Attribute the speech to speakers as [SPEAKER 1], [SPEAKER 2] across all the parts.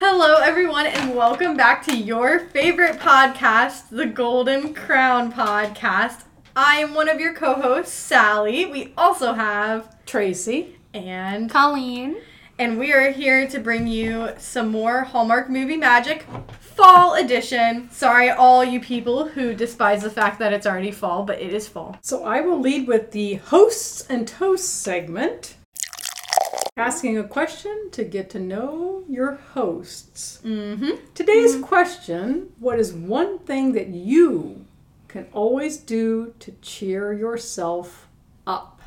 [SPEAKER 1] Hello, everyone, and welcome back to your favorite podcast, the Golden Crown Podcast. I am one of your co hosts, Sally. We also have
[SPEAKER 2] Tracy.
[SPEAKER 1] and
[SPEAKER 3] Colleen.
[SPEAKER 1] and we are here to bring you some more Hallmark movie magic, fall edition. Sorry, all you people who despise the fact that it's already fall, but it is fall.
[SPEAKER 2] So I will lead with the hosts and toasts segment. Asking a question to get to know your hosts.
[SPEAKER 1] Mm-hmm.
[SPEAKER 2] Today's question What is one thing that you can always do to cheer yourself up?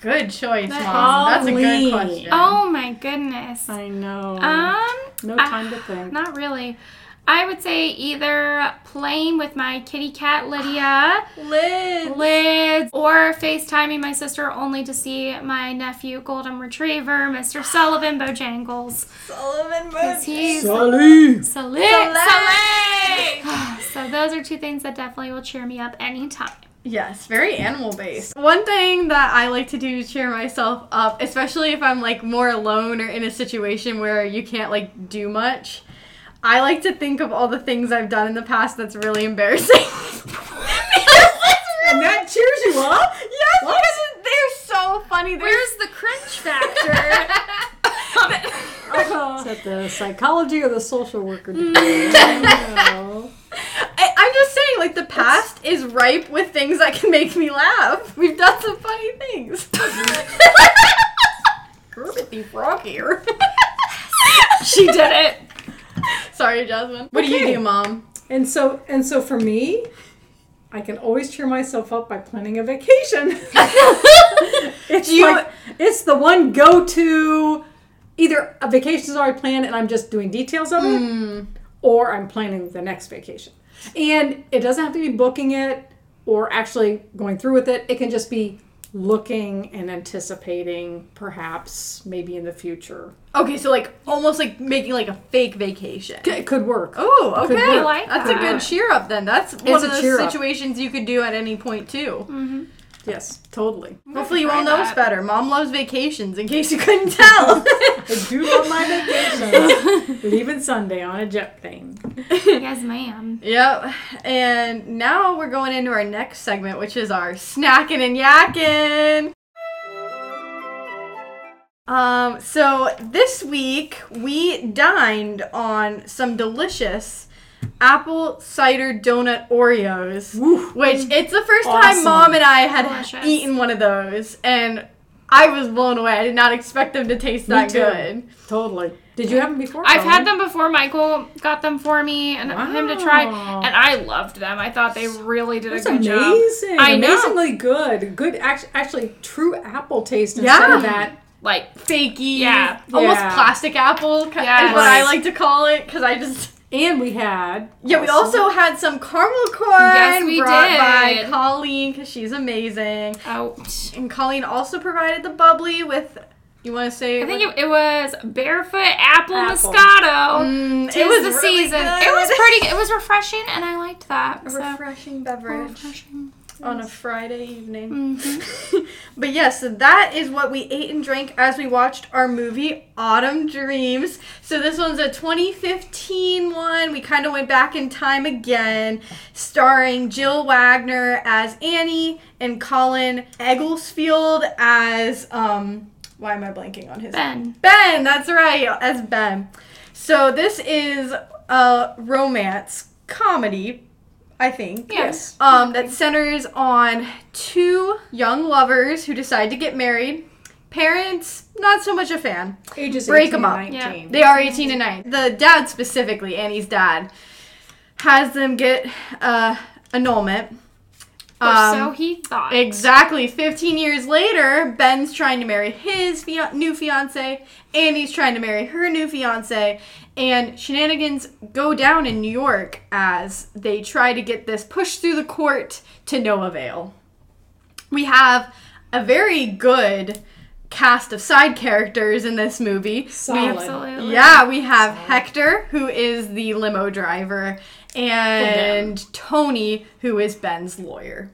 [SPEAKER 1] Good choice,
[SPEAKER 3] But
[SPEAKER 1] mom. That's a
[SPEAKER 2] Colleen.
[SPEAKER 1] good question.
[SPEAKER 3] Oh my goodness.
[SPEAKER 2] I know.
[SPEAKER 3] Um,
[SPEAKER 2] no
[SPEAKER 3] I-
[SPEAKER 2] time to think.
[SPEAKER 3] not really. I would say either playing with my kitty cat Lydia,
[SPEAKER 1] Liz.
[SPEAKER 3] Liz, or FaceTiming my sister only to see my nephew Golden Retriever, Mr. Sullivan Bojangles.
[SPEAKER 1] Solomon
[SPEAKER 3] 'Cause he's
[SPEAKER 2] Sully!
[SPEAKER 3] Salute!
[SPEAKER 1] Salute!
[SPEAKER 3] Salute! so those are two things that definitely will cheer me up anytime.
[SPEAKER 1] Yes, very animal based. One thing that I like to do to cheer myself up, especially if I'm like more alone or in a situation where you can't like do much, I like to think of all the things I've done in the past that's really embarrassing. Because that's really-
[SPEAKER 2] And that cheers you up?
[SPEAKER 1] yes, because it- they're so funny. They're
[SPEAKER 3] Where's the cringe factor?
[SPEAKER 2] Is that the psychology or the social worker degree? I don't know.
[SPEAKER 1] I, I'm just saying, like the past is ripe with things that can make me laugh. We've done some funny things. Gerbathy frog here.
[SPEAKER 3] she did it.
[SPEAKER 1] Sorry, Jasmine. What do
[SPEAKER 2] Okay.
[SPEAKER 1] you do, Mom?
[SPEAKER 2] And so and so for me, I can always cheer myself up by planning a vacation. it's
[SPEAKER 1] Do you-
[SPEAKER 2] like- it's the one go to either a vacation is already planned and I'm just doing details of it
[SPEAKER 1] Hmm.
[SPEAKER 2] or I'm planning the next vacation. And it doesn't have to be booking it or actually going through with it. It can just be looking and anticipating perhaps maybe in the future.
[SPEAKER 1] Okay, so like almost like making like a fake vacation.
[SPEAKER 2] It could work.
[SPEAKER 1] Oh, okay.
[SPEAKER 2] Could work.
[SPEAKER 3] like
[SPEAKER 1] That's a
[SPEAKER 3] that.
[SPEAKER 1] good cheer up then. That's one
[SPEAKER 2] It's
[SPEAKER 1] of
[SPEAKER 2] a cheer
[SPEAKER 1] those
[SPEAKER 2] up.
[SPEAKER 1] situations you could do at any point too.
[SPEAKER 2] Yes, totally.
[SPEAKER 1] Hopefully you
[SPEAKER 3] Mm, try
[SPEAKER 1] all know us
[SPEAKER 3] that.
[SPEAKER 1] better. Mom loves vacations in case you couldn't tell.
[SPEAKER 2] I do love my vacations. Leaving Sunday on a jet plane.
[SPEAKER 3] Yes, ma'am.
[SPEAKER 1] yep. And now we're going into our next segment, which is our snacking and yakking. Um, so this week we dined on some delicious apple cider donut Oreos.
[SPEAKER 2] Woo.
[SPEAKER 1] Which it's the first time
[SPEAKER 2] Awesome.
[SPEAKER 1] mom and I had
[SPEAKER 3] Delicious.
[SPEAKER 1] eaten one of those, and I was blown away. I did not expect them to taste
[SPEAKER 2] Me
[SPEAKER 1] that
[SPEAKER 2] too.
[SPEAKER 1] good.
[SPEAKER 2] Totally. Did you have them before?
[SPEAKER 3] I've
[SPEAKER 2] Colleen?
[SPEAKER 3] had them before. Michael got them for me and him to try,
[SPEAKER 2] Wow.
[SPEAKER 3] and I loved them. I thought they really did a
[SPEAKER 2] That's
[SPEAKER 3] good job.
[SPEAKER 2] amazing.
[SPEAKER 3] I know.
[SPEAKER 2] Amazingly good. Good, actually, actually true apple taste instead of
[SPEAKER 1] Yeah.
[SPEAKER 2] that.
[SPEAKER 3] Like,
[SPEAKER 1] Fakey,
[SPEAKER 3] Yeah.
[SPEAKER 1] almost
[SPEAKER 2] Yeah.
[SPEAKER 1] plastic apple ki- is
[SPEAKER 3] Yes.
[SPEAKER 1] what I
[SPEAKER 2] Right.
[SPEAKER 1] like to call it because I just
[SPEAKER 2] And we had.
[SPEAKER 1] yeah. We also had some caramel corn
[SPEAKER 3] Yes, we
[SPEAKER 1] brought by
[SPEAKER 3] did.
[SPEAKER 1] Colleen because she's amazing,
[SPEAKER 3] oh,
[SPEAKER 1] and Colleen also provided the bubbly with. You want to say?
[SPEAKER 3] I think
[SPEAKER 1] what-
[SPEAKER 3] it, it was barefoot apple,
[SPEAKER 2] Apple.
[SPEAKER 3] moscato.
[SPEAKER 1] Mm,
[SPEAKER 3] It was
[SPEAKER 1] a
[SPEAKER 3] the season. It was pretty. It was refreshing, and I liked that.
[SPEAKER 1] A
[SPEAKER 3] So.
[SPEAKER 1] refreshing beverage.
[SPEAKER 3] Refreshing.
[SPEAKER 1] on a Friday evening.
[SPEAKER 3] Mhm.
[SPEAKER 1] but yes, so that is what we ate and drank as we watched our movie Autumn Dreams. So this one's a 2015 one. We kind of went back in time again, starring Jill Wagner as Annie and Colin Egglesfield as um why am I blanking on his
[SPEAKER 3] Ben.
[SPEAKER 1] Ben, that's right, as Ben. So this is a romance comedy, I think.
[SPEAKER 3] Yeah. Yes.
[SPEAKER 1] Um, that centers on two young lovers who decide to get married. Parents, not so much a fan.
[SPEAKER 2] Ages
[SPEAKER 1] Break
[SPEAKER 2] 18
[SPEAKER 1] them up.
[SPEAKER 2] and 19.
[SPEAKER 1] They are 18 and 9. The dad specifically, Annie's dad, has them get uh, annulment.
[SPEAKER 3] Or
[SPEAKER 1] Um,
[SPEAKER 3] so he thought.
[SPEAKER 1] Exactly. 15 years later, Ben's trying to marry his fia- new fiance, Annie's trying to marry her new fiance, and shenanigans go down in New York as they try to get this pushed through the court to no avail. We have a very good cast of side characters in this movie.
[SPEAKER 2] Solid.
[SPEAKER 3] Absolutely.
[SPEAKER 1] Yeah, we have Hector, who is the limo driver, and Tony, who is Ben's lawyer.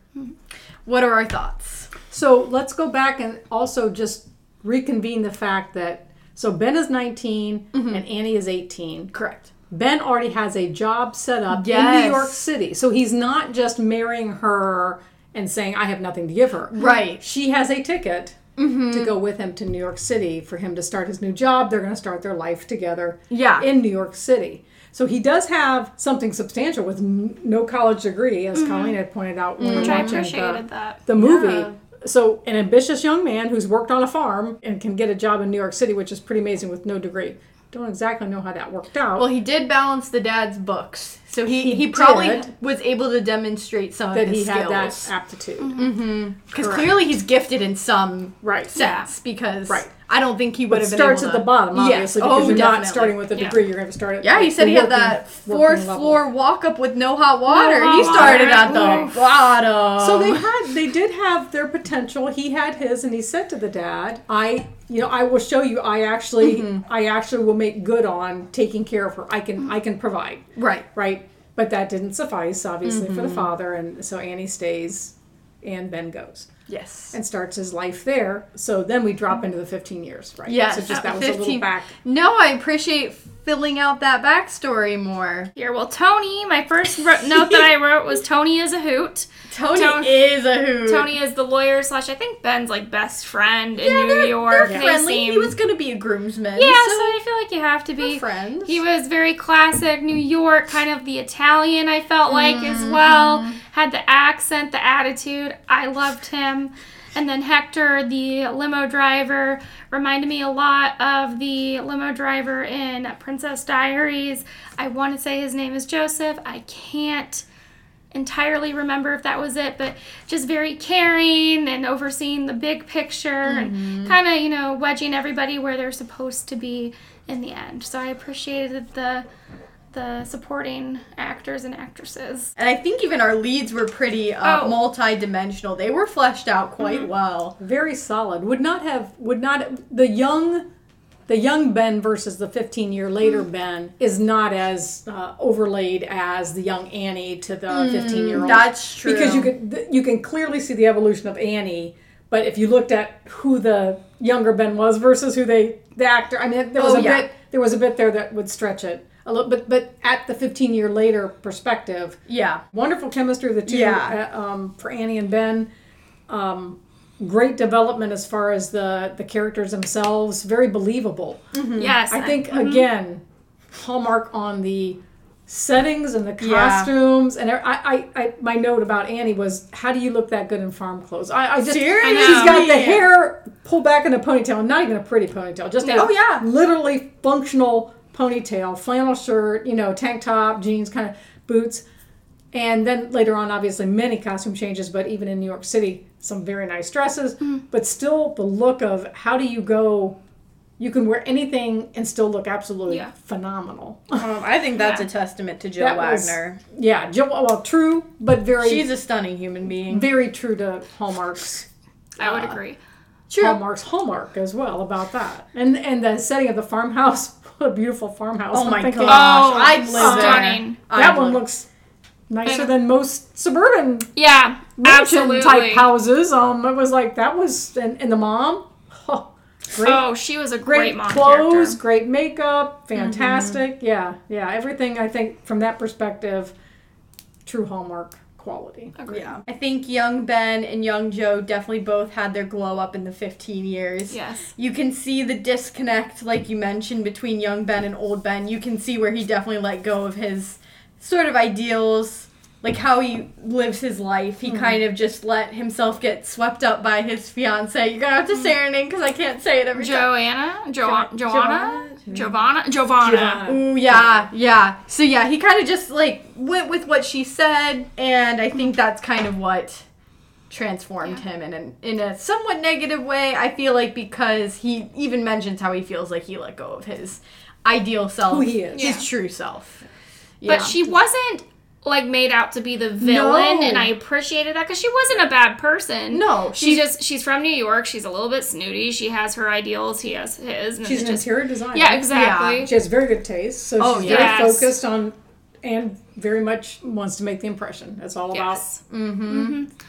[SPEAKER 1] What are our thoughts?
[SPEAKER 2] So let's go back and also just reconvene the fact that So Ben is 19 and Annie is 18.
[SPEAKER 1] Correct.
[SPEAKER 2] Ben already has a job set up in
[SPEAKER 1] Yes.
[SPEAKER 2] New York City. So he's not just marrying her and saying, I have nothing to give her.
[SPEAKER 1] Right. Mm-hmm.
[SPEAKER 2] She has a ticket to go with him to New York City for him to start his new job. They're going to start their life together
[SPEAKER 1] Yeah.
[SPEAKER 2] in New York City. So he does have something substantial with n- no college degree, as
[SPEAKER 1] Mm-hmm.
[SPEAKER 2] Colleen had pointed out when we were
[SPEAKER 3] Which I
[SPEAKER 2] watching
[SPEAKER 3] appreciated
[SPEAKER 2] the,
[SPEAKER 3] that.
[SPEAKER 2] the movie.
[SPEAKER 1] Yeah.
[SPEAKER 2] So an ambitious young man who's worked on a farm and can get a job in New York City, which is pretty amazing with no degree. Don't exactly know how that worked out.
[SPEAKER 1] Well, he did balance the dad's books, so he
[SPEAKER 2] He
[SPEAKER 1] he, probably
[SPEAKER 2] did.
[SPEAKER 1] was able to demonstrate some of
[SPEAKER 2] that
[SPEAKER 1] his
[SPEAKER 2] he had that
[SPEAKER 1] skills Mm-hmm.
[SPEAKER 2] aptitude.
[SPEAKER 1] because
[SPEAKER 2] correct.
[SPEAKER 1] clearly he's gifted in some
[SPEAKER 2] Right.
[SPEAKER 1] sense. Because
[SPEAKER 2] Right.
[SPEAKER 1] I don't think he would
[SPEAKER 2] But it
[SPEAKER 1] have been
[SPEAKER 2] starts
[SPEAKER 1] able
[SPEAKER 2] at the
[SPEAKER 1] to-
[SPEAKER 2] bottom,
[SPEAKER 1] Yes.
[SPEAKER 2] obviously, because
[SPEAKER 1] oh,
[SPEAKER 2] you're
[SPEAKER 1] definitely.
[SPEAKER 2] not starting with a
[SPEAKER 3] Yeah.
[SPEAKER 2] degree. You're going to start at
[SPEAKER 1] Yeah, he
[SPEAKER 2] the
[SPEAKER 1] said he had
[SPEAKER 2] working-
[SPEAKER 1] that
[SPEAKER 2] working
[SPEAKER 1] fourth
[SPEAKER 2] level.
[SPEAKER 1] floor walk up with no hot water.
[SPEAKER 3] hot
[SPEAKER 1] he started at
[SPEAKER 3] water. Oof.
[SPEAKER 1] the bottom.
[SPEAKER 2] So they had, they did have their potential. He had his, and he said to the dad, "I, you know, I will show you. I actually,
[SPEAKER 1] Mm-hmm.
[SPEAKER 2] I actually will make good on taking care of her. I can, I can provide,
[SPEAKER 1] right.
[SPEAKER 2] right?" But that didn't suffice, obviously, for
[SPEAKER 1] Mm-hmm.
[SPEAKER 2] the father, and so Annie stays, and Ben goes
[SPEAKER 1] Yes.
[SPEAKER 2] and starts his life there. So then we drop into the fifteen years, right?
[SPEAKER 1] Mm-hmm. Yes,
[SPEAKER 2] so
[SPEAKER 1] that
[SPEAKER 2] just that was a little
[SPEAKER 1] 15
[SPEAKER 2] back.
[SPEAKER 1] No, I appreciate filling out that backstory more.
[SPEAKER 3] Here, well, Tony, my first ro- note that I wrote was Tony is a hoot.
[SPEAKER 1] Tony
[SPEAKER 3] Tony-
[SPEAKER 1] is a hoot.
[SPEAKER 3] Tony is the lawyer slash I think Ben's like best friend in
[SPEAKER 1] yeah,
[SPEAKER 3] New
[SPEAKER 1] they're,
[SPEAKER 3] York.
[SPEAKER 1] they're
[SPEAKER 3] They
[SPEAKER 1] friendly.
[SPEAKER 3] seem-
[SPEAKER 1] He was gonna be a groomsman.
[SPEAKER 3] yeah, so,
[SPEAKER 1] so,
[SPEAKER 3] I feel like you have to be
[SPEAKER 1] they're friends.
[SPEAKER 3] He was very classic New York, kind of the Italian, I felt like, as well. Had the accent, the attitude. I loved him. And then Hector, the limo driver, reminded me a lot of the limo driver in Princess Diaries. I want to say his name is Joseph. I can't entirely remember if that was it, but just very caring and overseeing the big picture and
[SPEAKER 2] Mm-hmm.
[SPEAKER 3] kind of, you know, wedging everybody where they're supposed to be in the end. So I appreciated the the supporting actors and actresses.
[SPEAKER 1] and I think even our leads were pretty uh,
[SPEAKER 3] Oh.
[SPEAKER 1] multi-dimensional. They were fleshed out quite well.
[SPEAKER 2] very solid would not have would not the young the young ben versus the 15 year later
[SPEAKER 1] Mm.
[SPEAKER 2] ben is not as uh, overlaid as the young annie to the 15 year old
[SPEAKER 1] Mm. That's true.
[SPEAKER 2] because you can th- you can clearly see the evolution of annie but if you looked at who the younger ben was versus who they the actor i mean there was
[SPEAKER 1] Oh,
[SPEAKER 2] a
[SPEAKER 1] yeah.
[SPEAKER 2] bit there was a bit there that would stretch it a little but but at the 15 year later perspective
[SPEAKER 1] yeah.
[SPEAKER 2] wonderful chemistry of the two
[SPEAKER 1] Yeah.
[SPEAKER 2] uh, um, for Annie and Ben. Um, great development as far as the the characters themselves. Very believable.
[SPEAKER 3] Yes.
[SPEAKER 2] Mm-hmm. I think
[SPEAKER 1] Mm-hmm.
[SPEAKER 2] again, hallmark on the settings and the costumes and I, I, I my note about Annie was how do you look that good in farm clothes? I, I just
[SPEAKER 1] Seriously.
[SPEAKER 2] she's got the hair pulled back in a ponytail, not even a pretty ponytail, just a
[SPEAKER 1] Oh, yeah.
[SPEAKER 2] literally functional ponytail, flannel shirt, you know, tank top, jeans, kind of boots. And then later on, obviously, many costume changes, but even in New York City, some very nice dresses,
[SPEAKER 1] Hmm.
[SPEAKER 2] but still the look of how do you go, you can wear anything and still look absolutely
[SPEAKER 3] Yeah.
[SPEAKER 2] phenomenal.
[SPEAKER 1] Um, I think that's a testament to Jill
[SPEAKER 2] That was-
[SPEAKER 1] Wagner.
[SPEAKER 2] yeah, Jo- well, true, but very,
[SPEAKER 1] She's a stunning human being.
[SPEAKER 2] very true to Hallmark's.
[SPEAKER 3] I
[SPEAKER 2] uh,
[SPEAKER 3] would agree.
[SPEAKER 1] True.
[SPEAKER 2] Hallmark's hallmark as well about that, and and the setting of the farmhouse, what a beautiful farmhouse!
[SPEAKER 1] Oh
[SPEAKER 2] I'm
[SPEAKER 1] my
[SPEAKER 2] thinking,
[SPEAKER 1] gosh, I'd live
[SPEAKER 3] stunning.
[SPEAKER 1] there.
[SPEAKER 2] that
[SPEAKER 1] I'd
[SPEAKER 2] one
[SPEAKER 1] live-
[SPEAKER 2] looks nicer than most suburban
[SPEAKER 3] Yeah.
[SPEAKER 2] mansion
[SPEAKER 3] Absolutely.
[SPEAKER 2] type houses. Um, it was like that was, and, and the mom, oh, great,
[SPEAKER 3] Oh, she was a great,
[SPEAKER 2] great,
[SPEAKER 3] mom
[SPEAKER 2] clothes,
[SPEAKER 3] character. Mm-hmm.
[SPEAKER 2] great makeup, fantastic. Yeah, yeah, everything. I think from that perspective, true hallmark quality.
[SPEAKER 3] Agreed.
[SPEAKER 1] Yeah. I think young Ben and young Joe definitely both had their glow up in the 15 years.
[SPEAKER 3] Yes.
[SPEAKER 1] You can see the disconnect, like you mentioned, between young Ben and old Ben. You can see where he definitely let go of his sort of ideals, like how he lives his life. He kind of just let himself get swept up by his fiance. You're gonna have to say her name because I can't say it every time.
[SPEAKER 3] Joanna, jo-
[SPEAKER 1] Jo-
[SPEAKER 3] Joanna, Giovanna, Giovanna.
[SPEAKER 1] Ooh, Mm, yeah, yeah. So yeah, he kind of just like went with what she said, and I think that's kind of what transformed him in an, in a somewhat negative way. I feel like because he even mentions how he feels like he let go of his ideal self,
[SPEAKER 2] Who he is.
[SPEAKER 1] his
[SPEAKER 3] Yeah.
[SPEAKER 1] true self. Yeah.
[SPEAKER 3] But she wasn't like made out to be the villain,
[SPEAKER 1] No.
[SPEAKER 3] and I appreciated that because she wasn't a bad person.
[SPEAKER 1] No,
[SPEAKER 3] she
[SPEAKER 1] she-
[SPEAKER 3] just she's from New York. She's a little bit snooty. She has her ideals. He has his. And
[SPEAKER 2] She's
[SPEAKER 3] it's
[SPEAKER 2] an
[SPEAKER 3] just
[SPEAKER 2] interior designer.
[SPEAKER 3] yeah, exactly.
[SPEAKER 2] She has very good taste, so
[SPEAKER 1] Oh,
[SPEAKER 2] she's
[SPEAKER 1] yes.
[SPEAKER 2] very focused on and very much wants to make the impression. It's all
[SPEAKER 3] Yes.
[SPEAKER 2] about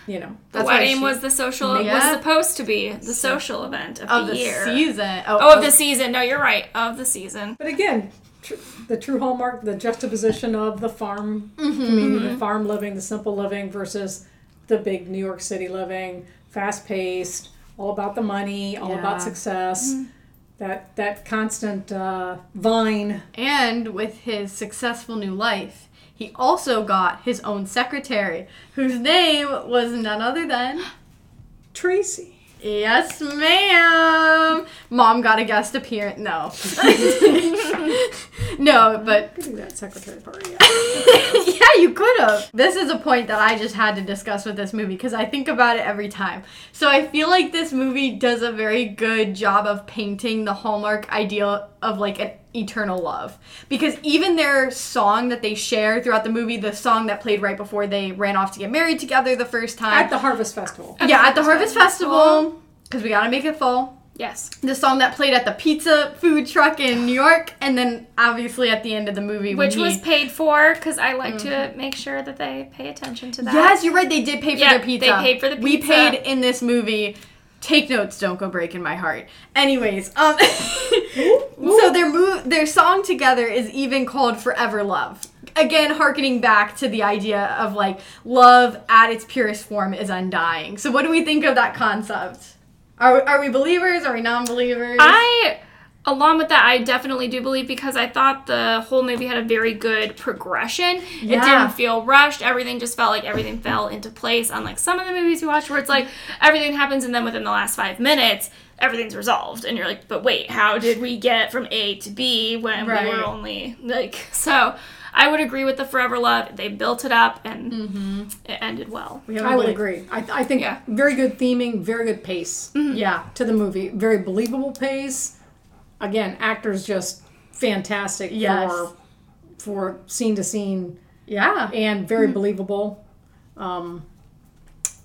[SPEAKER 2] you know.
[SPEAKER 1] That's
[SPEAKER 3] The
[SPEAKER 1] why
[SPEAKER 3] wedding
[SPEAKER 1] she-
[SPEAKER 3] was the social it was
[SPEAKER 1] Yeah.
[SPEAKER 3] supposed to be the social event of,
[SPEAKER 1] of
[SPEAKER 3] the,
[SPEAKER 1] the
[SPEAKER 3] year.
[SPEAKER 1] season. Oh,
[SPEAKER 3] Oh, of the season. No, you're right. Of the season.
[SPEAKER 2] But again, tr- the true hallmark, the juxtaposition of the farm community, the farm living, the simple living versus the big New York City living, fast paced, all about the money, all
[SPEAKER 1] Yeah.
[SPEAKER 2] about success. That that constant uh, vine.
[SPEAKER 1] And with his successful new life, he also got his own secretary, whose name was none other than
[SPEAKER 2] Tracy.
[SPEAKER 1] Yes, ma'am. Mom got a guest appearance. No, no, but
[SPEAKER 2] Could do that secretary part. Yeah.
[SPEAKER 1] yeah, you could have. This is a point that I just had to discuss with this movie because I think about it every time. So I feel like this movie does a very good job of painting the hallmark ideal of like an eternal love. Because even their song that they share throughout the movie, the song that played right before they ran off to get married together the first time.
[SPEAKER 2] At the Harvest Festival.
[SPEAKER 1] yeah, at the Harvest Festival, because we gotta make it full
[SPEAKER 3] Yes.
[SPEAKER 1] the song that played at the pizza food truck in New York, and then obviously at the end of the movie, when
[SPEAKER 3] Which was
[SPEAKER 1] he-
[SPEAKER 3] paid for because I like to make sure that they pay attention to that.
[SPEAKER 1] Mm-hmm. yes, you're right. They did pay for
[SPEAKER 3] Yeah,
[SPEAKER 1] their pizza.
[SPEAKER 3] they paid for the
[SPEAKER 1] We
[SPEAKER 3] pizza.
[SPEAKER 1] paid in this movie. Take notes, don't go breaking my heart. Anyways, um, so their move, their song together is even called "Forever Love." Again, harkening back to the idea of like love at its purest form is undying. So, what do we think of that concept? Are are we believers? Are we non-believers?
[SPEAKER 3] I, along with that, I definitely do believe because I thought the whole movie had a very good progression. It
[SPEAKER 1] Yeah.
[SPEAKER 3] didn't feel rushed. Everything just felt like everything fell into place. Unlike some of the movies we watched, where it's like everything happens and then within the last five minutes, everything's resolved, and you're like, but wait, how did we get from A to B when
[SPEAKER 1] Right.
[SPEAKER 3] we were only like so? I would agree with the Forever Love. They built it up and
[SPEAKER 1] Mm-hmm.
[SPEAKER 3] it ended well.
[SPEAKER 1] we have a
[SPEAKER 2] I would
[SPEAKER 1] belief.
[SPEAKER 2] agree. I, I think
[SPEAKER 3] Yeah.
[SPEAKER 2] very good theming, very good pace
[SPEAKER 1] Yeah.
[SPEAKER 2] to the movie, very believable pace. Again, actors just fantastic
[SPEAKER 1] Yes.
[SPEAKER 2] for for scene to scene
[SPEAKER 1] Yeah.
[SPEAKER 2] and very believable. Um,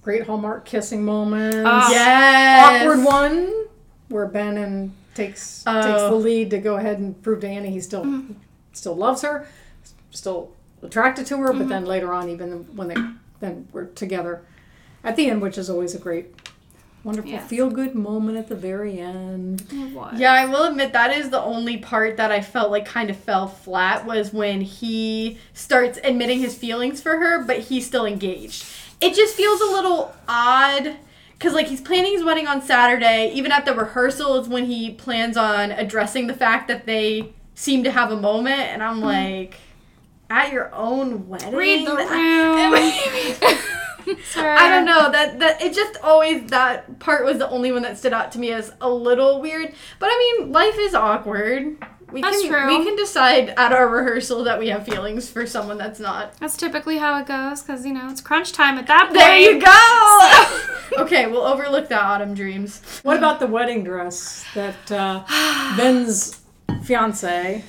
[SPEAKER 2] great hallmark kissing moments.
[SPEAKER 1] Ah,
[SPEAKER 3] Oh.
[SPEAKER 1] Yes.
[SPEAKER 2] Awkward one where Ben and takes takes the
[SPEAKER 1] Oh.
[SPEAKER 2] lead to go ahead and prove to Annie he still still loves her, still attracted to her. But then later on, even when they then were together at the end, which is always a great. Wonderful
[SPEAKER 3] Yes.
[SPEAKER 2] feel good moment at the very end.
[SPEAKER 1] Yeah, I will admit that is the only part that I felt like kind of fell flat was when he starts admitting his feelings for her, but he's still engaged. It just feels a little odd because, like, he's planning his wedding on Saturday. Even at the rehearsal is when he plans on addressing the fact that they seem to have a moment, and I'm like, at your own wedding?
[SPEAKER 3] Mm-hmm. Read the room. Sir.
[SPEAKER 1] I don't know that that it just always that part was the only one that stood out to me as a little weird. But I mean, life is awkward. We
[SPEAKER 3] That's
[SPEAKER 1] can
[SPEAKER 3] true.
[SPEAKER 1] we can decide at our rehearsal that we have feelings for someone that's not.
[SPEAKER 3] That's typically how it goes, because you know it's crunch time at that point.
[SPEAKER 1] There you go. okay, we'll overlook the autumn dreams.
[SPEAKER 2] What about the wedding dress that uh, Ben's fiance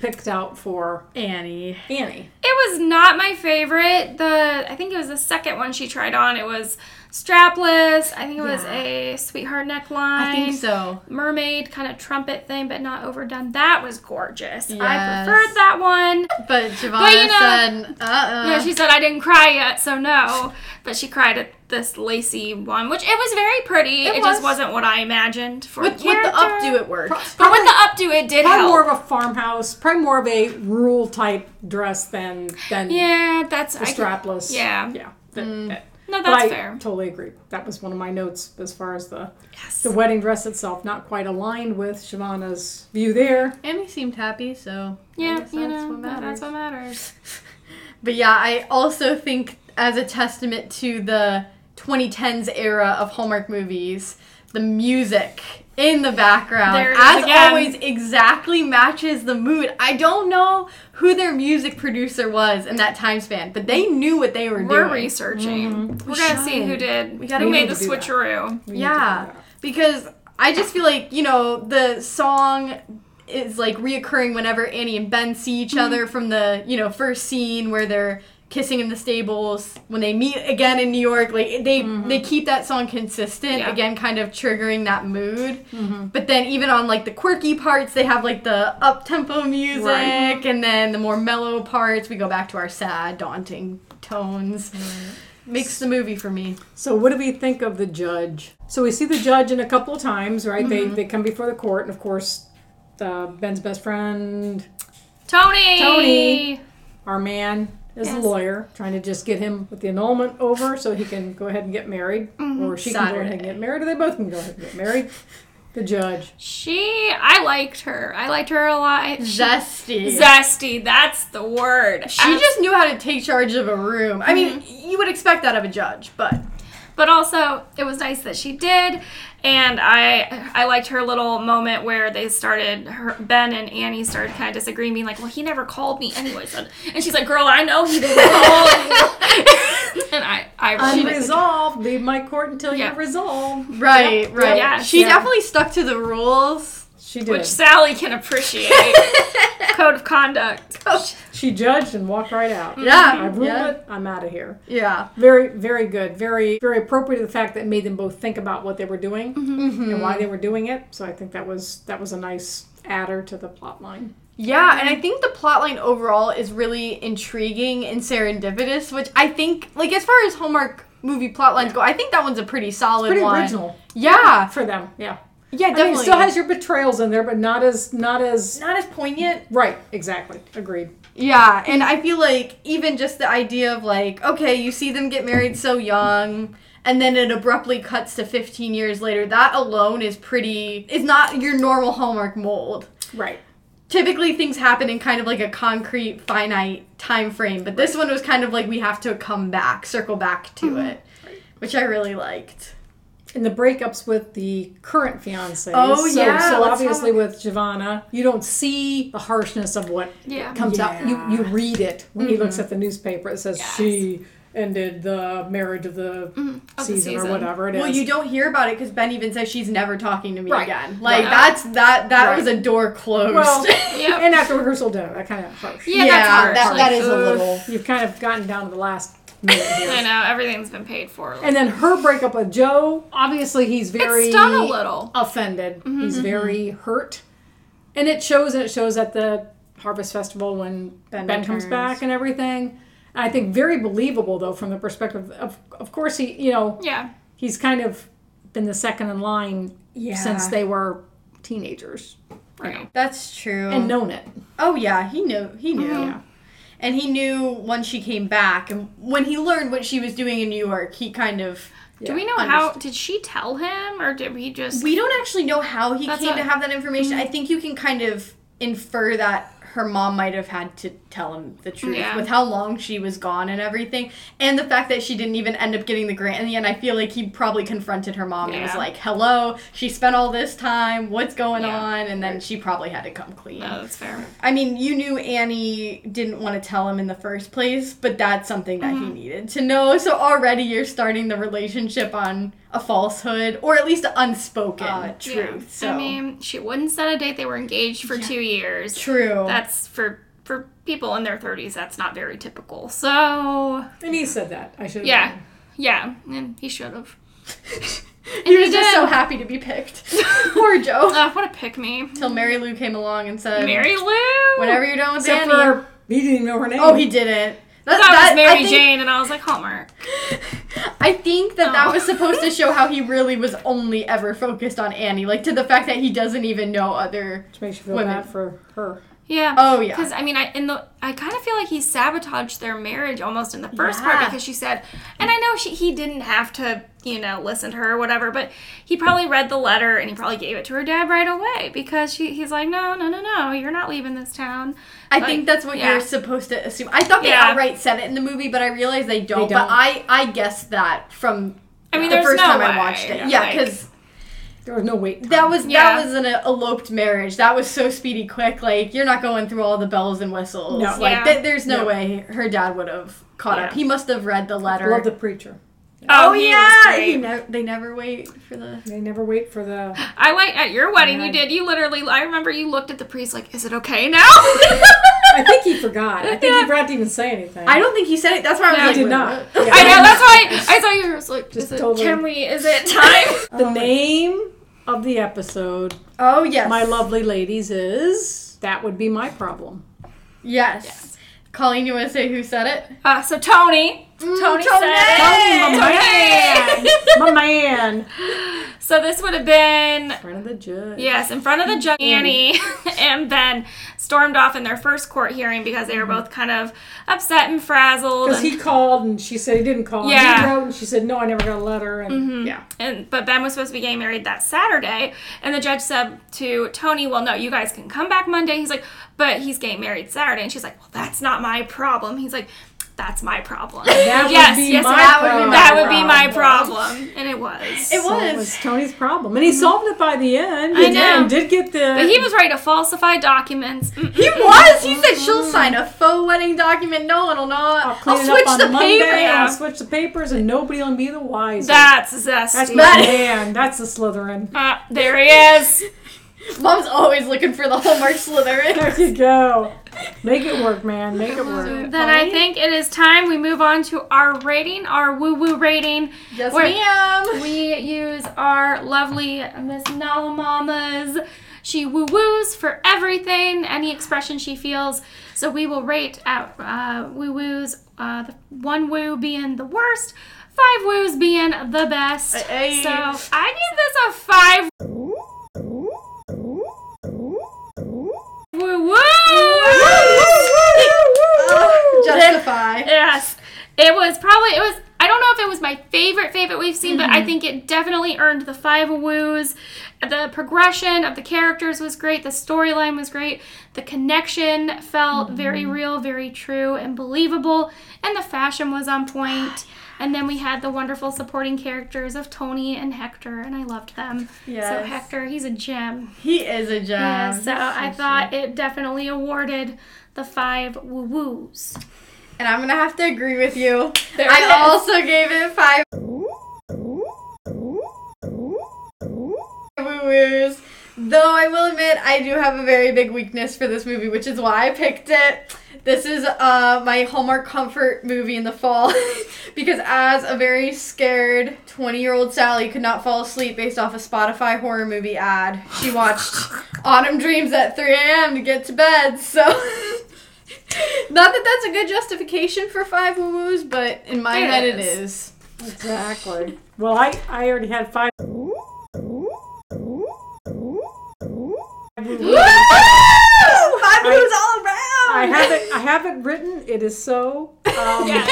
[SPEAKER 2] picked out for
[SPEAKER 1] Annie.
[SPEAKER 2] Annie?
[SPEAKER 3] It was not my favorite. The I think it was the second one she tried on. It was strapless. I think it was a sweetheart neckline.
[SPEAKER 1] I think so.
[SPEAKER 3] Mermaid kind of trumpet thing, but not overdone. That was gorgeous. I
[SPEAKER 1] Yes.
[SPEAKER 3] preferred that one.
[SPEAKER 1] But Giovanna
[SPEAKER 3] you know-
[SPEAKER 1] said, "Uh
[SPEAKER 3] No,
[SPEAKER 1] uh
[SPEAKER 3] she said I didn't cry yet, so no. But she cried at this lacy one, which it was very pretty. It,
[SPEAKER 1] It
[SPEAKER 3] just
[SPEAKER 1] was.
[SPEAKER 3] wasn't what I imagined for
[SPEAKER 1] with
[SPEAKER 3] a
[SPEAKER 1] with the
[SPEAKER 3] character.
[SPEAKER 1] updo it worked.
[SPEAKER 3] But with the updo, it did
[SPEAKER 2] Probably
[SPEAKER 3] help.
[SPEAKER 2] more of a farmhouse, probably more of a rural type dress than than
[SPEAKER 3] yeah, that's
[SPEAKER 2] the
[SPEAKER 3] I can-
[SPEAKER 2] strapless.
[SPEAKER 3] yeah.
[SPEAKER 2] yeah. that- that-
[SPEAKER 3] No,
[SPEAKER 2] but
[SPEAKER 3] that's
[SPEAKER 2] I
[SPEAKER 3] fair.
[SPEAKER 2] totally agree. That was one of my notes as far as the
[SPEAKER 3] Yes.
[SPEAKER 2] the wedding dress itself, not quite aligned with Shivana's view there.
[SPEAKER 1] Annie seemed happy, so I
[SPEAKER 3] Yeah,
[SPEAKER 1] guess
[SPEAKER 3] you
[SPEAKER 1] that's
[SPEAKER 3] know,
[SPEAKER 1] what
[SPEAKER 3] that- that's
[SPEAKER 1] matters.
[SPEAKER 3] what matters.
[SPEAKER 1] But yeah, I also think as a testament to the 2010s era of Hallmark movies, the music in the background,
[SPEAKER 3] There it is
[SPEAKER 1] as
[SPEAKER 3] again.
[SPEAKER 1] always, exactly matches the mood. I don't know who their music producer was in that time span, but they knew what they were
[SPEAKER 3] We're
[SPEAKER 1] doing.
[SPEAKER 3] researching. We're gonna see who
[SPEAKER 2] Mm-hmm. should.
[SPEAKER 3] did. We
[SPEAKER 1] gotta-
[SPEAKER 3] who
[SPEAKER 1] we
[SPEAKER 3] made
[SPEAKER 2] need
[SPEAKER 3] the
[SPEAKER 2] to do that.
[SPEAKER 3] switcheroo.
[SPEAKER 2] We need to do
[SPEAKER 1] Yeah,
[SPEAKER 2] that.
[SPEAKER 1] because I just feel like you know the song
[SPEAKER 2] Mm-hmm.
[SPEAKER 1] is like reoccurring whenever Annie and Ben see each other from the you know first scene where they're kissing in the stables when they meet again in New York. Like they
[SPEAKER 2] Mm-hmm.
[SPEAKER 1] they keep that song consistent
[SPEAKER 3] Yeah.
[SPEAKER 1] again, kind of triggering that mood.
[SPEAKER 2] Mm-hmm.
[SPEAKER 1] But then even on like the quirky parts, they have like the up tempo music,
[SPEAKER 2] Right.
[SPEAKER 1] and then the more mellow parts, we go back to our sad, daunting tones. Makes the movie for me.
[SPEAKER 2] So what do we think of the judge? So we see the judge in a couple of times, right? They they come before the court, and of course, uh, Ben's best friend,
[SPEAKER 3] Tony.
[SPEAKER 2] Tony. our man, is a
[SPEAKER 3] Yes.
[SPEAKER 2] lawyer trying to just get him with the annulment over so he can go ahead and get married, or she can go ahead and
[SPEAKER 1] Saturday.
[SPEAKER 2] get married, or they both can go ahead and get married. The judge.
[SPEAKER 3] She, I liked her. I liked her a lot. She-
[SPEAKER 1] Zesty.
[SPEAKER 3] Zesty. That's the word.
[SPEAKER 1] She just knew how to take charge of a room. I mean,
[SPEAKER 2] Mm-hmm.
[SPEAKER 1] you would expect that of a judge, but
[SPEAKER 3] but also it was nice that she did and i i liked her little moment where they started her ben and annie started kind of disagreeing being like well he never called me anyways and, and she's like girl i know he didn't call you and i i really
[SPEAKER 2] Unresolved. Leave my court until
[SPEAKER 3] Yeah.
[SPEAKER 2] you're resolved.
[SPEAKER 1] right, right.
[SPEAKER 3] yes,
[SPEAKER 1] she
[SPEAKER 3] yeah.
[SPEAKER 1] definitely stuck to the rules.
[SPEAKER 2] She did.
[SPEAKER 3] which sally can appreciate code of conduct
[SPEAKER 2] she judged and walked right out. I
[SPEAKER 1] Yeah,
[SPEAKER 2] ruled
[SPEAKER 1] Mm-hmm. yeah,
[SPEAKER 2] it. I'm out of here.
[SPEAKER 1] yeah.
[SPEAKER 2] Very, very good. Very, very appropriate to the fact that made them both think about what they were doing
[SPEAKER 1] Mm-hmm.
[SPEAKER 2] and why they were doing it. So I think that was that was a nice adder to the plot line.
[SPEAKER 1] Yeah, and I think the plotline overall is really intriguing and serendipitous, which I think, like, as far as Hallmark movie plotlines go, I think that one's a pretty solid
[SPEAKER 2] Pretty
[SPEAKER 1] one.
[SPEAKER 2] original
[SPEAKER 1] Yeah,
[SPEAKER 2] for them. Yeah,
[SPEAKER 1] yeah,
[SPEAKER 2] I
[SPEAKER 1] definitely.
[SPEAKER 2] mean, it still has your betrayals in there, but not as not as
[SPEAKER 1] not as poignant.
[SPEAKER 2] right. Exactly. Agreed.
[SPEAKER 1] Yeah, and I feel like even just the idea of like, okay, you see them get married so young, and then it abruptly cuts to 15 years later. That alone is pretty. Is not your normal Hallmark mold.
[SPEAKER 2] Right.
[SPEAKER 1] typically things happen in kind of like a concrete finite time frame but this one was kind of like we have to come back circle back to it which i really liked
[SPEAKER 2] And the breakups with the current fiance.
[SPEAKER 1] Oh,
[SPEAKER 2] so,
[SPEAKER 1] yeah,
[SPEAKER 2] So
[SPEAKER 1] let's
[SPEAKER 2] obviously
[SPEAKER 1] talk.
[SPEAKER 2] with Giovanna, you don't see the harshness of what
[SPEAKER 3] yeah
[SPEAKER 2] comes out. You
[SPEAKER 1] Yeah.
[SPEAKER 2] you read it when he looks at the newspaper. It says she ended the marriage of the,
[SPEAKER 3] the
[SPEAKER 2] season, or
[SPEAKER 3] season.
[SPEAKER 2] whatever it is.
[SPEAKER 1] well you don't hear about it because ben even says she's never talking to me
[SPEAKER 2] Right.
[SPEAKER 1] again like
[SPEAKER 3] Right.
[SPEAKER 1] that's that that
[SPEAKER 2] Right.
[SPEAKER 1] was a door closed
[SPEAKER 2] Well,
[SPEAKER 3] Yep.
[SPEAKER 2] and after rehearsal dinner, that kind of harsh.
[SPEAKER 3] yeah,
[SPEAKER 1] Yeah,
[SPEAKER 3] that's hard.
[SPEAKER 1] that-
[SPEAKER 3] Like,
[SPEAKER 1] that is a
[SPEAKER 3] ugh.
[SPEAKER 1] little-
[SPEAKER 2] You've kind of gotten down to the last minute
[SPEAKER 3] i
[SPEAKER 2] here.
[SPEAKER 3] know everything's been paid for like,
[SPEAKER 2] and then her breakup with Joe. Obviously, he's very
[SPEAKER 3] it's done a little
[SPEAKER 2] offended. He's very hurt, and it shows. And it shows at the Harvest Festival when Ben, comes
[SPEAKER 1] returns.
[SPEAKER 2] back and everything. And I think very believable though, from the perspective of, of course, he you know
[SPEAKER 3] yeah
[SPEAKER 2] he's kind of been the second in line
[SPEAKER 1] Yeah.
[SPEAKER 2] since they were teenagers
[SPEAKER 3] right
[SPEAKER 1] that's true
[SPEAKER 2] and known it.
[SPEAKER 1] oh yeah he knew he knew
[SPEAKER 3] Uh-huh.
[SPEAKER 2] Yeah.
[SPEAKER 1] and he knew when she came back and when he learned what she was doing in new york he kind of
[SPEAKER 3] do we know how did she tell him or did he just
[SPEAKER 1] We don't actually know how he
[SPEAKER 3] That's Mm-hmm.
[SPEAKER 1] came
[SPEAKER 3] what-
[SPEAKER 1] to have that information. I think you can kind of infer that her mom might have had to tell him the truth
[SPEAKER 3] Yeah.
[SPEAKER 1] with how long she was gone and everything. And the fact that she didn't even end up getting the grant in the end, I feel like he probably confronted her mom and was
[SPEAKER 3] Yeah.
[SPEAKER 1] like, hello, she spent all this time, what's going
[SPEAKER 3] Yeah.
[SPEAKER 1] on? And then she probably had to come clean.
[SPEAKER 3] no that's fair
[SPEAKER 1] I mean, you knew Annie didn't want to tell him in the first place, but that's something that
[SPEAKER 3] Mm-hmm.
[SPEAKER 1] he needed to know. So already you're starting the relationship on a falsehood, or at least an unspoken truth.
[SPEAKER 3] Uh, Yeah.
[SPEAKER 1] So
[SPEAKER 3] I mean, she wouldn't set a date. They were engaged for two years.
[SPEAKER 1] true.
[SPEAKER 3] That's for for people in their thirties. That's not very typical. So
[SPEAKER 2] And he said that. I should. have
[SPEAKER 3] yeah,
[SPEAKER 2] known.
[SPEAKER 3] yeah, and he should have.
[SPEAKER 1] he was just
[SPEAKER 3] did.
[SPEAKER 1] so happy to be picked. Poor Joe.
[SPEAKER 3] Uh, what a pick me,
[SPEAKER 1] Till Mary Lou came along and said,
[SPEAKER 3] Mary Lou.
[SPEAKER 1] "Whenever you're done with
[SPEAKER 2] Except
[SPEAKER 1] Annie."
[SPEAKER 2] for he didn't even know her name.
[SPEAKER 1] oh, he didn't. That,
[SPEAKER 3] That,
[SPEAKER 1] that-
[SPEAKER 3] was Mary
[SPEAKER 1] I think,
[SPEAKER 3] Jane, and I was like Hallmark.
[SPEAKER 1] I think that that
[SPEAKER 3] Oh.
[SPEAKER 1] was supposed to show how he really was only ever focused on Annie, like to the fact that he doesn't even know other.
[SPEAKER 2] Which makes you feel
[SPEAKER 1] Women.
[SPEAKER 2] bad for her.
[SPEAKER 3] Yeah.
[SPEAKER 1] Oh, yeah.
[SPEAKER 3] Because I mean, I in the I kind of feel like he sabotaged their marriage almost in the first part
[SPEAKER 1] Yeah.
[SPEAKER 3] because she said, and I know she he didn't have to you know listen to her or whatever, but he probably read the letter and he probably gave it to her dad right away because she he's like, no, no, no, no, you're not leaving this town.
[SPEAKER 1] I
[SPEAKER 3] Like,
[SPEAKER 1] think that's what
[SPEAKER 3] yeah.
[SPEAKER 1] you're supposed to assume. I thought they
[SPEAKER 3] Yeah.
[SPEAKER 1] outright said it in the movie, but I realized they don't.
[SPEAKER 2] They
[SPEAKER 1] But
[SPEAKER 2] don't.
[SPEAKER 1] I, I guessed that from
[SPEAKER 3] I mean,
[SPEAKER 1] the
[SPEAKER 3] there's
[SPEAKER 1] first
[SPEAKER 3] no
[SPEAKER 1] time
[SPEAKER 3] way.
[SPEAKER 1] I watched it. Yeah,
[SPEAKER 3] Like,
[SPEAKER 1] because
[SPEAKER 2] There was no wait. time.
[SPEAKER 1] that was
[SPEAKER 3] Yeah.
[SPEAKER 1] that was an uh, eloped marriage. That was so speedy, quick. Like you're not going through all the bells and whistles.
[SPEAKER 2] No.
[SPEAKER 1] Like
[SPEAKER 3] Yeah.
[SPEAKER 1] th- there's no
[SPEAKER 2] No.
[SPEAKER 1] way her dad would have caught up.
[SPEAKER 3] Yeah.
[SPEAKER 1] He must have read the letter.
[SPEAKER 2] Love the preacher.
[SPEAKER 1] Oh,
[SPEAKER 3] he was
[SPEAKER 1] yeah,
[SPEAKER 3] great.
[SPEAKER 1] he ne- they never wait for the.
[SPEAKER 2] They never wait for the.
[SPEAKER 3] I went at
[SPEAKER 1] Oh,
[SPEAKER 3] your wedding. You
[SPEAKER 2] Yeah.
[SPEAKER 3] did. You literally. I remember you looked at the priest like, "Is it okay now?"
[SPEAKER 2] I think he forgot. I think he forgot to even say anything.
[SPEAKER 1] I don't think he said it. That's why I was
[SPEAKER 3] No,
[SPEAKER 1] like,
[SPEAKER 2] he did
[SPEAKER 1] wait,
[SPEAKER 2] not.
[SPEAKER 1] what?
[SPEAKER 2] Yeah.
[SPEAKER 3] I know. That's why I, saw you. I was like,
[SPEAKER 2] Just
[SPEAKER 3] "Is it?
[SPEAKER 2] totally-
[SPEAKER 3] Can we? Is it time?"
[SPEAKER 1] Oh
[SPEAKER 2] The
[SPEAKER 1] my-
[SPEAKER 2] name of the episode,
[SPEAKER 1] Oh yes,
[SPEAKER 2] my lovely ladies, is that would be my problem.
[SPEAKER 1] Yes.
[SPEAKER 3] Yes.
[SPEAKER 1] Colleen, you want to say who said it? Mm,
[SPEAKER 3] Uh, so Tony, Tony said-
[SPEAKER 2] Tony, my man, my man,
[SPEAKER 3] So this would have been
[SPEAKER 2] friend of the judge.
[SPEAKER 3] yes in front of the judge. Annie and Ben stormed off in their first court hearing because they were both kind of upset and frazzled.
[SPEAKER 2] Because
[SPEAKER 3] And,
[SPEAKER 2] he called and she said he didn't call. and He
[SPEAKER 3] Yeah. Mm-hmm.
[SPEAKER 2] wrote and she said, no, I never got a letter. And
[SPEAKER 1] Yeah.
[SPEAKER 3] and but Ben was supposed to be getting married that Saturday, and the judge said to Tony, "Well, no, you guys can come back Monday." He's like, "But he's getting married Saturday," and she's like, "Well, that's not my problem." He's like, "That's my problem."
[SPEAKER 2] that
[SPEAKER 3] yes,
[SPEAKER 2] would be
[SPEAKER 3] yes,
[SPEAKER 2] my
[SPEAKER 3] that
[SPEAKER 1] would be
[SPEAKER 2] problem.
[SPEAKER 1] my
[SPEAKER 3] that would be my problem, and it was. Mm-hmm.
[SPEAKER 1] It
[SPEAKER 2] So
[SPEAKER 1] was.
[SPEAKER 2] it was Tony's problem. And he solved it by the end.
[SPEAKER 3] I
[SPEAKER 2] He did-
[SPEAKER 3] know.
[SPEAKER 2] did get the. uh,
[SPEAKER 3] But he was ready to falsify documents. Mm-mm.
[SPEAKER 1] He was. He said she'll sign a faux wedding document. No one will know.
[SPEAKER 2] I'll
[SPEAKER 1] I'll,
[SPEAKER 2] clean it
[SPEAKER 1] switch
[SPEAKER 2] up on
[SPEAKER 1] the
[SPEAKER 2] Monday.
[SPEAKER 1] paper.
[SPEAKER 2] I'll switch the papers and nobody will be the wiser.
[SPEAKER 3] That's zesty.
[SPEAKER 2] That's my
[SPEAKER 1] That-
[SPEAKER 2] man. That's the Slytherin.
[SPEAKER 3] Uh, there he is.
[SPEAKER 1] Mom's always looking for the Hallmark Slytherin.
[SPEAKER 2] There you go. Make it work, man. Make it work.
[SPEAKER 3] Then I think it is time we move on to our rating, our woo woo rating.
[SPEAKER 1] yes,
[SPEAKER 3] We're-
[SPEAKER 1] ma'am.
[SPEAKER 3] We use our lovely Miss Nala Mamas. She woo woos for everything, any expression she feels. So we will rate out uh, woo woos, uh, the one woo being the worst, five woos being the best.
[SPEAKER 1] Hey.
[SPEAKER 3] So I give this a five. Woo
[SPEAKER 1] Uh,
[SPEAKER 3] woo!
[SPEAKER 1] Justify.
[SPEAKER 3] Yes. It was probably it was I don't know if it was my favorite favorite we've seen, but I think it definitely earned the five woos. The progression of the characters was great, the storyline was great, the connection felt very real, very true, and believable, and the fashion was on point. And then we had the wonderful supporting characters of Tony and Hector, and I loved them. So
[SPEAKER 1] Yes. Um,
[SPEAKER 3] Hector, he's a gem.
[SPEAKER 1] He is a gem.
[SPEAKER 3] Yeah, so I thought it definitely awarded the five woo woos.
[SPEAKER 1] And I'm gonna have to agree with you.
[SPEAKER 3] There it is.
[SPEAKER 1] I also gave it five woo woos. Though I will admit, I do have a very big weakness for this movie, which is why I picked it. This is uh, my Hallmark comfort movie in the fall because, as a very scared 20 year old Sally could not fall asleep based off a Spotify horror movie ad, she watched Autumn Dreams at 3 a.m. to get to bed. So, not that that's a good justification for five woo woos, but in my
[SPEAKER 3] It
[SPEAKER 1] head, it
[SPEAKER 3] is.
[SPEAKER 1] is.
[SPEAKER 2] Exactly. Well, I, I already had five.
[SPEAKER 1] Woo! Five woo woos all around!
[SPEAKER 2] I have it. I have it written. It is so um,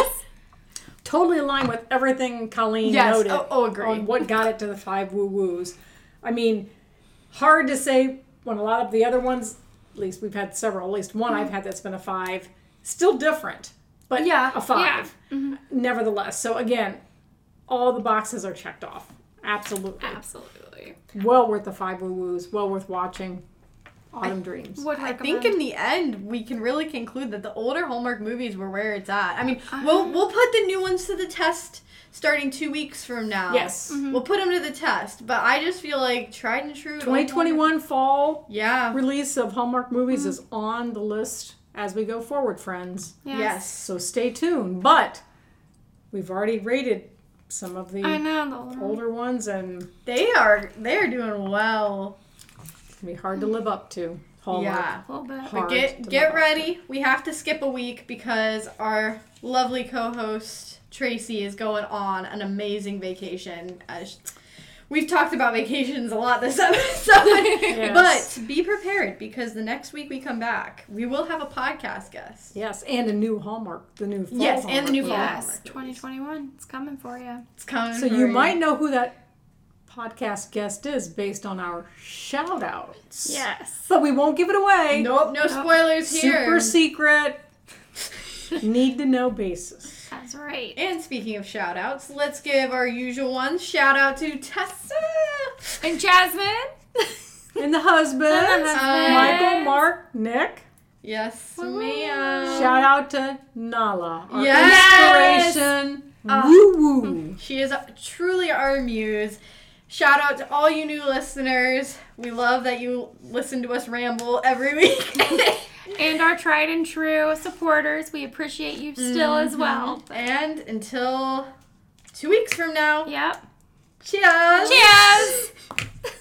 [SPEAKER 2] totally aligned with everything Colleen
[SPEAKER 1] Yes,
[SPEAKER 2] noted
[SPEAKER 1] oh- oh, agree.
[SPEAKER 2] on what got it to the five woo woos. I mean, hard to say when a lot of the other ones, at least we've had several, at least one
[SPEAKER 1] Mm-hmm.
[SPEAKER 2] I've had that's been a five, still different, but
[SPEAKER 1] Yeah, Mm-hmm.
[SPEAKER 2] a five nevertheless. So again, all the boxes are checked off. Absolutely,
[SPEAKER 3] Absolutely.
[SPEAKER 2] well worth the five woo woos. Well worth watching. Autumn Dreams.
[SPEAKER 3] Would
[SPEAKER 1] I think in the end, we can really conclude that the older Hallmark movies were where it's at. I mean,
[SPEAKER 2] Uh-huh.
[SPEAKER 1] we'll we'll put the new ones to the test starting two weeks from now.
[SPEAKER 2] Yes.
[SPEAKER 1] we'll put them to the test. But I just feel like tried and true.
[SPEAKER 2] 2021 fall
[SPEAKER 1] Yeah.
[SPEAKER 2] release of Hallmark movies
[SPEAKER 1] Mm-hmm.
[SPEAKER 2] is on the list as we go forward, friends.
[SPEAKER 1] Yes.
[SPEAKER 2] So stay tuned. But we've already rated some of
[SPEAKER 3] I
[SPEAKER 2] the
[SPEAKER 3] know the older
[SPEAKER 2] older ones and it
[SPEAKER 1] They are they are doing well.
[SPEAKER 2] can be hard to live up to. Hallmark.
[SPEAKER 1] Yeah.
[SPEAKER 3] a little bit.
[SPEAKER 2] Hard to
[SPEAKER 1] Get
[SPEAKER 2] live
[SPEAKER 1] get
[SPEAKER 2] up
[SPEAKER 1] ready. We have to skip a week because our lovely co-host Tracy is going on an amazing vacation. As we've talked about vacations a lot this episode, but be prepared because the next week we come back, we will have a podcast guest.
[SPEAKER 2] to. Yes, and a new Hallmark, the new fall
[SPEAKER 1] Yes, and the new
[SPEAKER 2] Hallmark.
[SPEAKER 1] fall
[SPEAKER 3] Yes,
[SPEAKER 1] Hallmark movies.
[SPEAKER 3] 2021. It's coming for you.
[SPEAKER 1] It's coming.
[SPEAKER 2] So
[SPEAKER 1] for
[SPEAKER 2] you might know who that podcast guest is based on our shout outs.
[SPEAKER 3] Yes.
[SPEAKER 2] But we won't give it away.
[SPEAKER 1] Nope, no spoilers here.
[SPEAKER 2] Oh, Super secret. Need to know basis.
[SPEAKER 3] That's right.
[SPEAKER 1] and speaking of shout outs, let's give our usual ones. Shout out to Tessa.
[SPEAKER 3] And Jasmine.
[SPEAKER 2] And the husband,
[SPEAKER 1] husband.
[SPEAKER 2] Michael, Mark, Nick.
[SPEAKER 1] Yes, ma'am.
[SPEAKER 2] Shout out to Nala, our
[SPEAKER 1] Yes.
[SPEAKER 2] inspiration Woo woo.
[SPEAKER 1] She is truly our muse. Shout out to all you new listeners. We love that you listen to us ramble every week.
[SPEAKER 3] and our tried and true supporters. We appreciate you
[SPEAKER 1] Mm-hmm.
[SPEAKER 3] still as well.
[SPEAKER 1] and until two weeks from now,
[SPEAKER 3] Yep.
[SPEAKER 1] cheers!
[SPEAKER 3] Cheers!